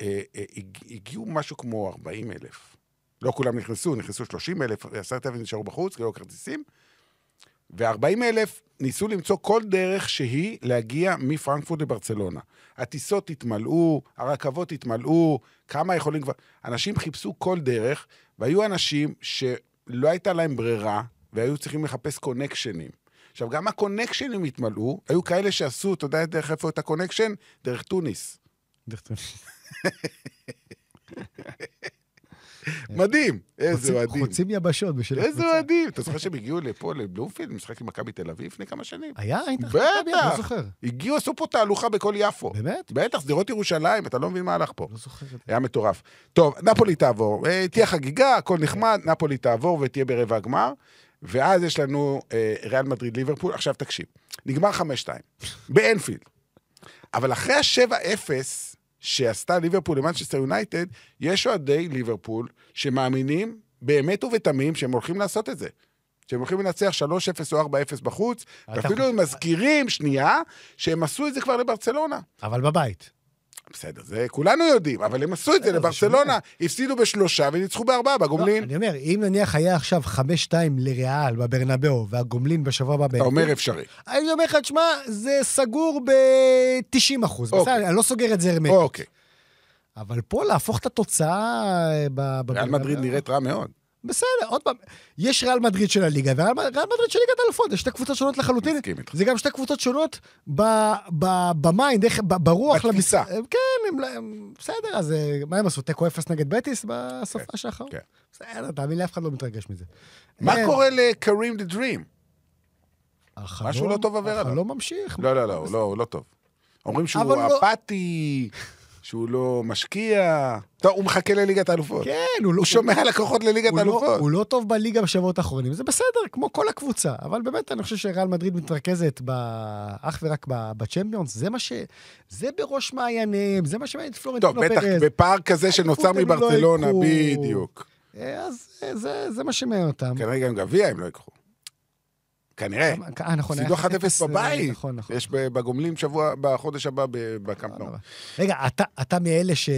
S3: אה, אה, הג- הגיעו משהו כמו 40 אלף. לא כולם נכנסו, נכנסו 30 אלף, 10,000 נשארו בחוץ, כאילו כרטיסים. ו-40 אלף ניסו למצוא כל דרך שהיא להגיע מפרנקפורט לברצלונה. הטיסות התמלאו, הרכבות התמלאו, כמה יכולים כבר... אנשים חיפשו כל דרך, והיו אנשים שלא הייתה להם ברירה, והיו צריכים לחפש קונקשנים. עכשיו, גם הקונקשנים התמלאו, היו כאלה שעשו, אתה יודע דרך איפה את הקונקשן? דרך תוניס. מדהים! איזה
S4: כן. חוצים-
S3: אוהדים.
S4: חוצים יבשות בשביל...
S3: איזה
S4: הקבוצה.
S3: אוהדים. אתה זוכר שהם הגיעו לפה, לבלומפילד, משחק עם מכבי תל אביב לפני כמה שנים?
S4: היה? היית אני לא
S3: בטח!
S4: זוכר.
S3: הגיעו, עשו פה תהלוכה בכל יפו.
S4: באמת?
S3: בטח, שדרות ירושלים, אתה לא מבין מה הלך פה.
S4: לא זוכר את זה.
S3: היה מטורף. טוב, נפולי תעבור. אה, תהיה חגיגה, הכל נחמד, נפולי תעבור ותהיה ברבע הגמר. ואז יש לנו אה, ריאל מדריד ליברפול. עכשיו תקשיב, נגמר 5-2, באנפילד. אבל אחרי ה-7-0 שעשתה ליברפול למנצ'סטר יונייטד, יש אוהדי ליברפול שמאמינים באמת ובתמים שהם הולכים לעשות את זה. שהם הולכים לנצח 3-0 או 4-0 בחוץ,
S4: אתה-
S3: ואפילו הם מזכירים, שנייה, שהם עשו את זה כבר לברצלונה.
S4: אבל בבית.
S3: בסדר, זה כולנו יודעים, אבל הם עשו את זה
S4: בסדר, זה
S3: לברצלונה, הפסידו בשלושה וניצחו בארבעה בגומלין.
S4: לא, אני אומר, אם נניח היה עכשיו 5-2 לריאל בברנבאו, והגומלין בשבוע הבא...
S3: אתה אומר אפשרי.
S4: אני אומר לך, תשמע, זה סגור ב-90 אחוז.
S3: אוקיי.
S4: בסדר, אני לא סוגר את זה הרמטית.
S3: אוקיי,
S4: אבל פה להפוך את התוצאה... אה, ב- ב-
S3: ריאל
S4: ב-
S3: מדריד
S4: ב-
S3: נראית רע מאוד.
S4: בסדר, עוד פעם. יש ריאל מדריד של הליגה, וריאל ריאל מדריד של ליגת אלפות, זה שתי קבוצות שונות לחלוטין.
S3: מסכים איתך.
S4: זה גם שתי קבוצות שונות ב- ב- במיינד, איך- ב- ברוח.
S3: בתפיסה.
S4: למשחק. כן, הם לא- הם- בסדר, אז אה, מה הם עשו? תיקו אפס נגד בטיס בסופה האחרון?
S3: כן.
S4: בסדר, תאמין לי, אף אחד לא מתרגש מזה.
S3: מה
S4: אה,
S3: קורה לקרים דה דרים?
S4: החלום-
S3: משהו לא טוב עובר עליו.
S4: החלום ממשיך.
S3: לא, לא, לא, הוא לא- הוא לא טוב. אומרים שהוא
S4: אבל לא-
S3: אפאתי, שהוא לא משקיע. טוב, הוא מחכה לליגת האלופות.
S4: כן, הוא לא...
S3: הוא שומע לקוחות לליגת
S4: הוא לא,
S3: האלופות.
S4: הוא לא טוב בליגה בשבועות האחרונים, זה בסדר, כמו כל הקבוצה. אבל באמת, אני חושב שריאל מדריד מתרכזת ב... אך ורק ב... בצ'מפיונס, זה מה ש... זה בראש מעייניהם, זה מה שמעניין לא את פלורנטינו
S3: טוב,
S4: פרז.
S3: בטח בפער כזה שנוצר
S4: הם לא
S3: מברצלונה,
S4: יקרו.
S3: בדיוק.
S4: אה, אז אה, זה, זה מה שמעניין אותם.
S3: כנראה גם גביע הם לא ייקחו. כנראה.
S4: אה, נכון, היה
S3: הפסידו 1-0
S4: אה,
S3: בבית.
S4: נכון, נכון.
S3: יש לא. בגומלין שבוע, בחודש הבא בקמפנור.
S4: רגע, אתה, אתה מאלה ש...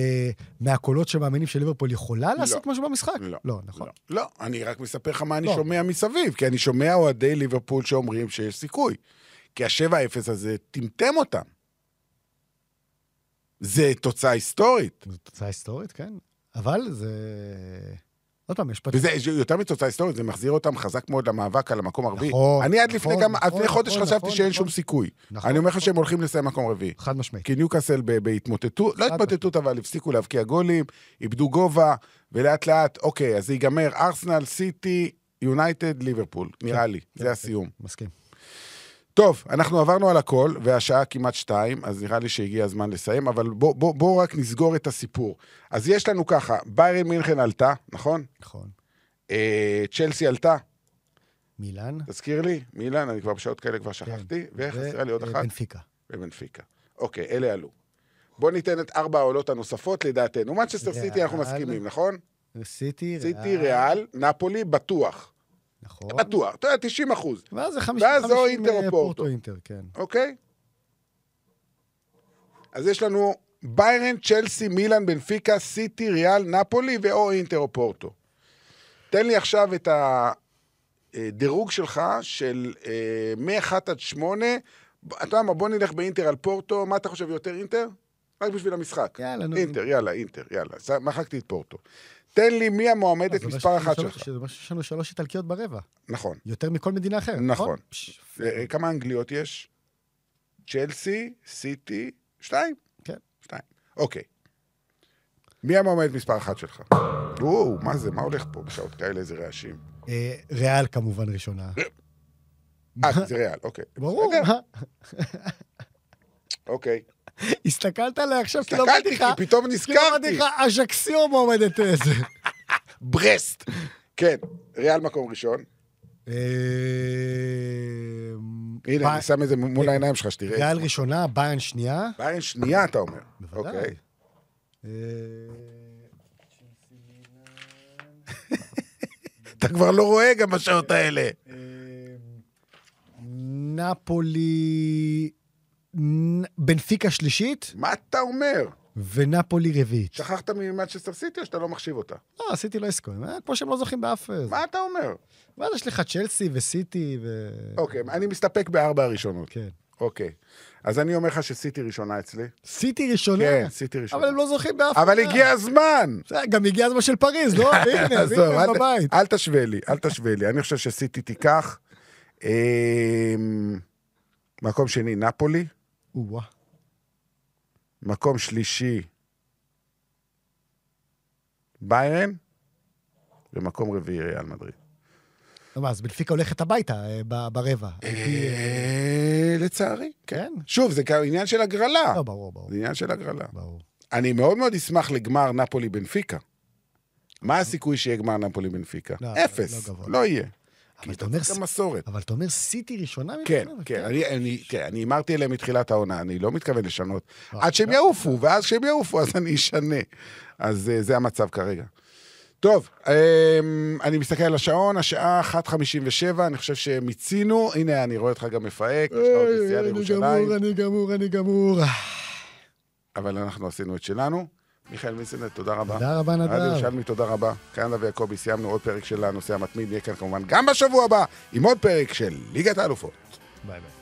S4: מהקולות שמאמינים שליברפול יכולה לעשות משהו במשחק?
S3: לא.
S4: לא, נכון.
S3: לא, לא, אני רק מספר לך מה אני
S4: לא.
S3: שומע מסביב, כי אני שומע אוהדי ליברפול שאומרים שיש סיכוי. כי ה-7-0 הזה טמטם אותם. זה תוצאה היסטורית.
S4: זו תוצאה היסטורית, כן. אבל זה... עוד פעם, יש פה...
S3: וזה זה יותר מתוצאה היסטורית, זה מחזיר אותם חזק מאוד למאבק על המקום הרביעי.
S4: נכון,
S3: אני עד
S4: נכון,
S3: לפני כמה, עד
S4: נכון,
S3: לפני חודש
S4: נכון,
S3: חשבתי
S4: נכון,
S3: שאין
S4: נכון.
S3: שום סיכוי.
S4: נכון,
S3: אני אומר לך
S4: נכון.
S3: שהם הולכים לסיים מקום רביעי.
S4: חד משמעית.
S3: כי ניוקאסל ב- בהתמוטטות, לא
S4: חד
S3: התמוטטות, אבל הפסיקו להבקיע גולים, איבדו גובה, ולאט לאט, אוקיי, אז זה ייגמר ארסנל, סיטי, יונייטד, ליברפול, נראה לי,
S4: כן,
S3: זה הסיום.
S4: מסכים.
S3: טוב, אנחנו עברנו על הכל, והשעה כמעט שתיים, אז נראה לי שהגיע הזמן לסיים, אבל בואו בוא, בוא רק נסגור את הסיפור. אז יש לנו ככה, ביירן מינכן עלתה, נכון?
S4: נכון.
S3: אה, צ'לסי עלתה,
S4: מילאן.
S3: תזכיר לי, מילן, אני כבר בשעות כאלה כבר שכחתי,
S4: כן.
S3: וחסרה לי עוד
S4: ו- אה,
S3: אחת,
S4: ובנפיקה.
S3: ובנפיקה. אוקיי, אלה עלו. בואו ניתן את ארבע העולות הנוספות לדעתנו. מנצ'סטר
S4: ריאל.
S3: סיטי, אנחנו מסכימים, נכון?
S4: סיטי,
S3: סיטי, ריאל, נפולי, בטוח.
S4: נכון.
S3: בטוח, אתה יודע, 90 אחוז,
S4: ואז זה 50
S3: ואז או
S4: 50,
S3: אינטר או
S4: אה,
S3: פורטו.
S4: פורטו אינטר, כן.
S3: אוקיי? אז יש לנו ביירן, צ'לסי, מילאן, בנפיקה, סיטי, ריאל, נפולי ואו אינטר או פורטו. תן לי עכשיו את הדירוג שלך של אה, מ-1 עד 8. אתה יודע מה, בוא נלך באינטר על פורטו, מה אתה חושב יותר אינטר? רק בשביל המשחק.
S4: יאללה, נו.
S3: אינטר, יאללה, אינטר, יאללה. ס- מחקתי את פורטו. תן לי מי המועמדת
S4: אה, זה אומר
S3: מספר
S4: שיש לנו
S3: אחת
S4: שלוש-
S3: שלך.
S4: זה אומר שיש לנו שלוש איטלקיות ברבע.
S3: נכון.
S4: יותר מכל מדינה אחרת,
S3: נכון.
S4: נכון? פש,
S3: אה, כמה אנגליות יש? צ'לסי, סיטי, שתיים.
S4: כן.
S3: שתיים. אוקיי. מי המועמד מספר אחת שלך? וואו, מה זה, מה הולך פה בשעות כאלה, איזה רעשים?
S4: אה, ריאל כמובן ראשונה.
S3: אה, זה ריאל, אוקיי.
S4: ברור, אה?
S3: בסדר,
S4: מה?
S3: אוקיי.
S4: הסתכלת עליי עכשיו, כאילו
S3: הסתכלתי,
S4: אמרתי לך...
S3: כי פתאום
S4: כאילו
S3: נזכרתי.
S4: אמרתי לך, אז'קסיום עומדת אה, איזה.
S3: ברסט. כן, ריאל מקום ראשון.
S4: אה,
S3: הנה,
S4: ביי-
S3: אני שם את זה מול העיניים שלך, שתראה.
S4: כן. ריאל ראשונה, ביין שנייה.
S3: בעין שנייה, אתה אומר.
S4: בוודאי.
S3: אוקיי.
S4: אה,
S3: אתה כבר לא רואה גם בשעות האלה.
S4: אה, נפולי... נ- בנפיקה שלישית,
S3: מה אתה אומר?
S4: ונפולי רביעית.
S3: שכחת ממנצ'סטר סיטי או שאתה לא מחשיב אותה?
S4: לא, עשיתי לא יסכום, אה, כמו שהם לא זוכים באף... אה, זה.
S3: מה אתה אומר?
S4: ואז יש לך צ'לסי וסיטי ו...
S3: אוקיי, אני מסתפק בארבע הראשונות.
S4: כן.
S3: אוקיי. אז אני אומר לך שסיטי ראשונה אצלי.
S4: סיטי ראשונה.
S3: כן, סיטי ראשונה.
S4: אבל הם לא זוכים באף...
S3: אבל
S4: עונה.
S3: הגיע הזמן!
S4: בסדר, גם הגיע הזמן של פריז, לא? הנה,
S3: עזוב,
S4: הנה,
S3: אל-
S4: הם בבית.
S3: אל תשווה לי, אל תשווה לי. אני חושב שסיטי תיקח. אמ, מקום שני, נפולי.
S4: או-אה.
S3: מקום שלישי, ביירן. ומקום רביעי, ריאל מדריד.
S4: לא, מה, אז בנפיקה הולכת הביתה אה, ב- ברבע. על-פי, אה,
S3: אה, לצערי, כן.
S4: כן.
S3: שוב, זה גם עניין של הגרלה.
S4: לא, ברור, ברור.
S3: אה. זה עניין של הגרלה.
S4: ברור.
S3: אני מאוד מאוד אשמח לגמר נפולי בנפיקה. מה הסיכוי שיהיה גמר נפולי בנפיקה?
S4: לא,
S3: אפס,
S4: לא גבוה.
S3: לא יהיה. כי
S4: אבל אתה
S3: אתה
S4: אומר
S3: צריך
S4: ס-
S3: גם מסורת.
S4: אבל אתה אומר סיטי ראשונה אה,
S3: כן,
S4: מבחינת-
S3: כן, אני- אני- כן, אני הימרתי אליהם מתחילת העונה, אני לא מתכוון לשנות.
S4: לא,
S3: עד שהם יעופו, ואז כשהם יעופו אז אני אשנה. אז אה, זה המצב כרגע. טוב, אמ, אני מסתכל על השעון, השעה 1:57, אני חושב שמיצינו. הנה, אני רואה אותך גם מפהק, יש לך עוד נסיעה
S4: אני
S3: לירושלים,
S4: גמור, אני גמור, אני גמור.
S3: אבל אנחנו עשינו את שלנו. מיכאל מיסנר, תודה רבה.
S4: תודה רבה,
S3: עד
S4: נדב.
S3: ירושלמי, תודה רבה. כאן נדב יעקבי, סיימנו עוד פרק של הנושא המתמיד, נהיה כאן כמובן גם בשבוע הבא, עם עוד פרק של ליגת האלופות.
S4: ביי ביי.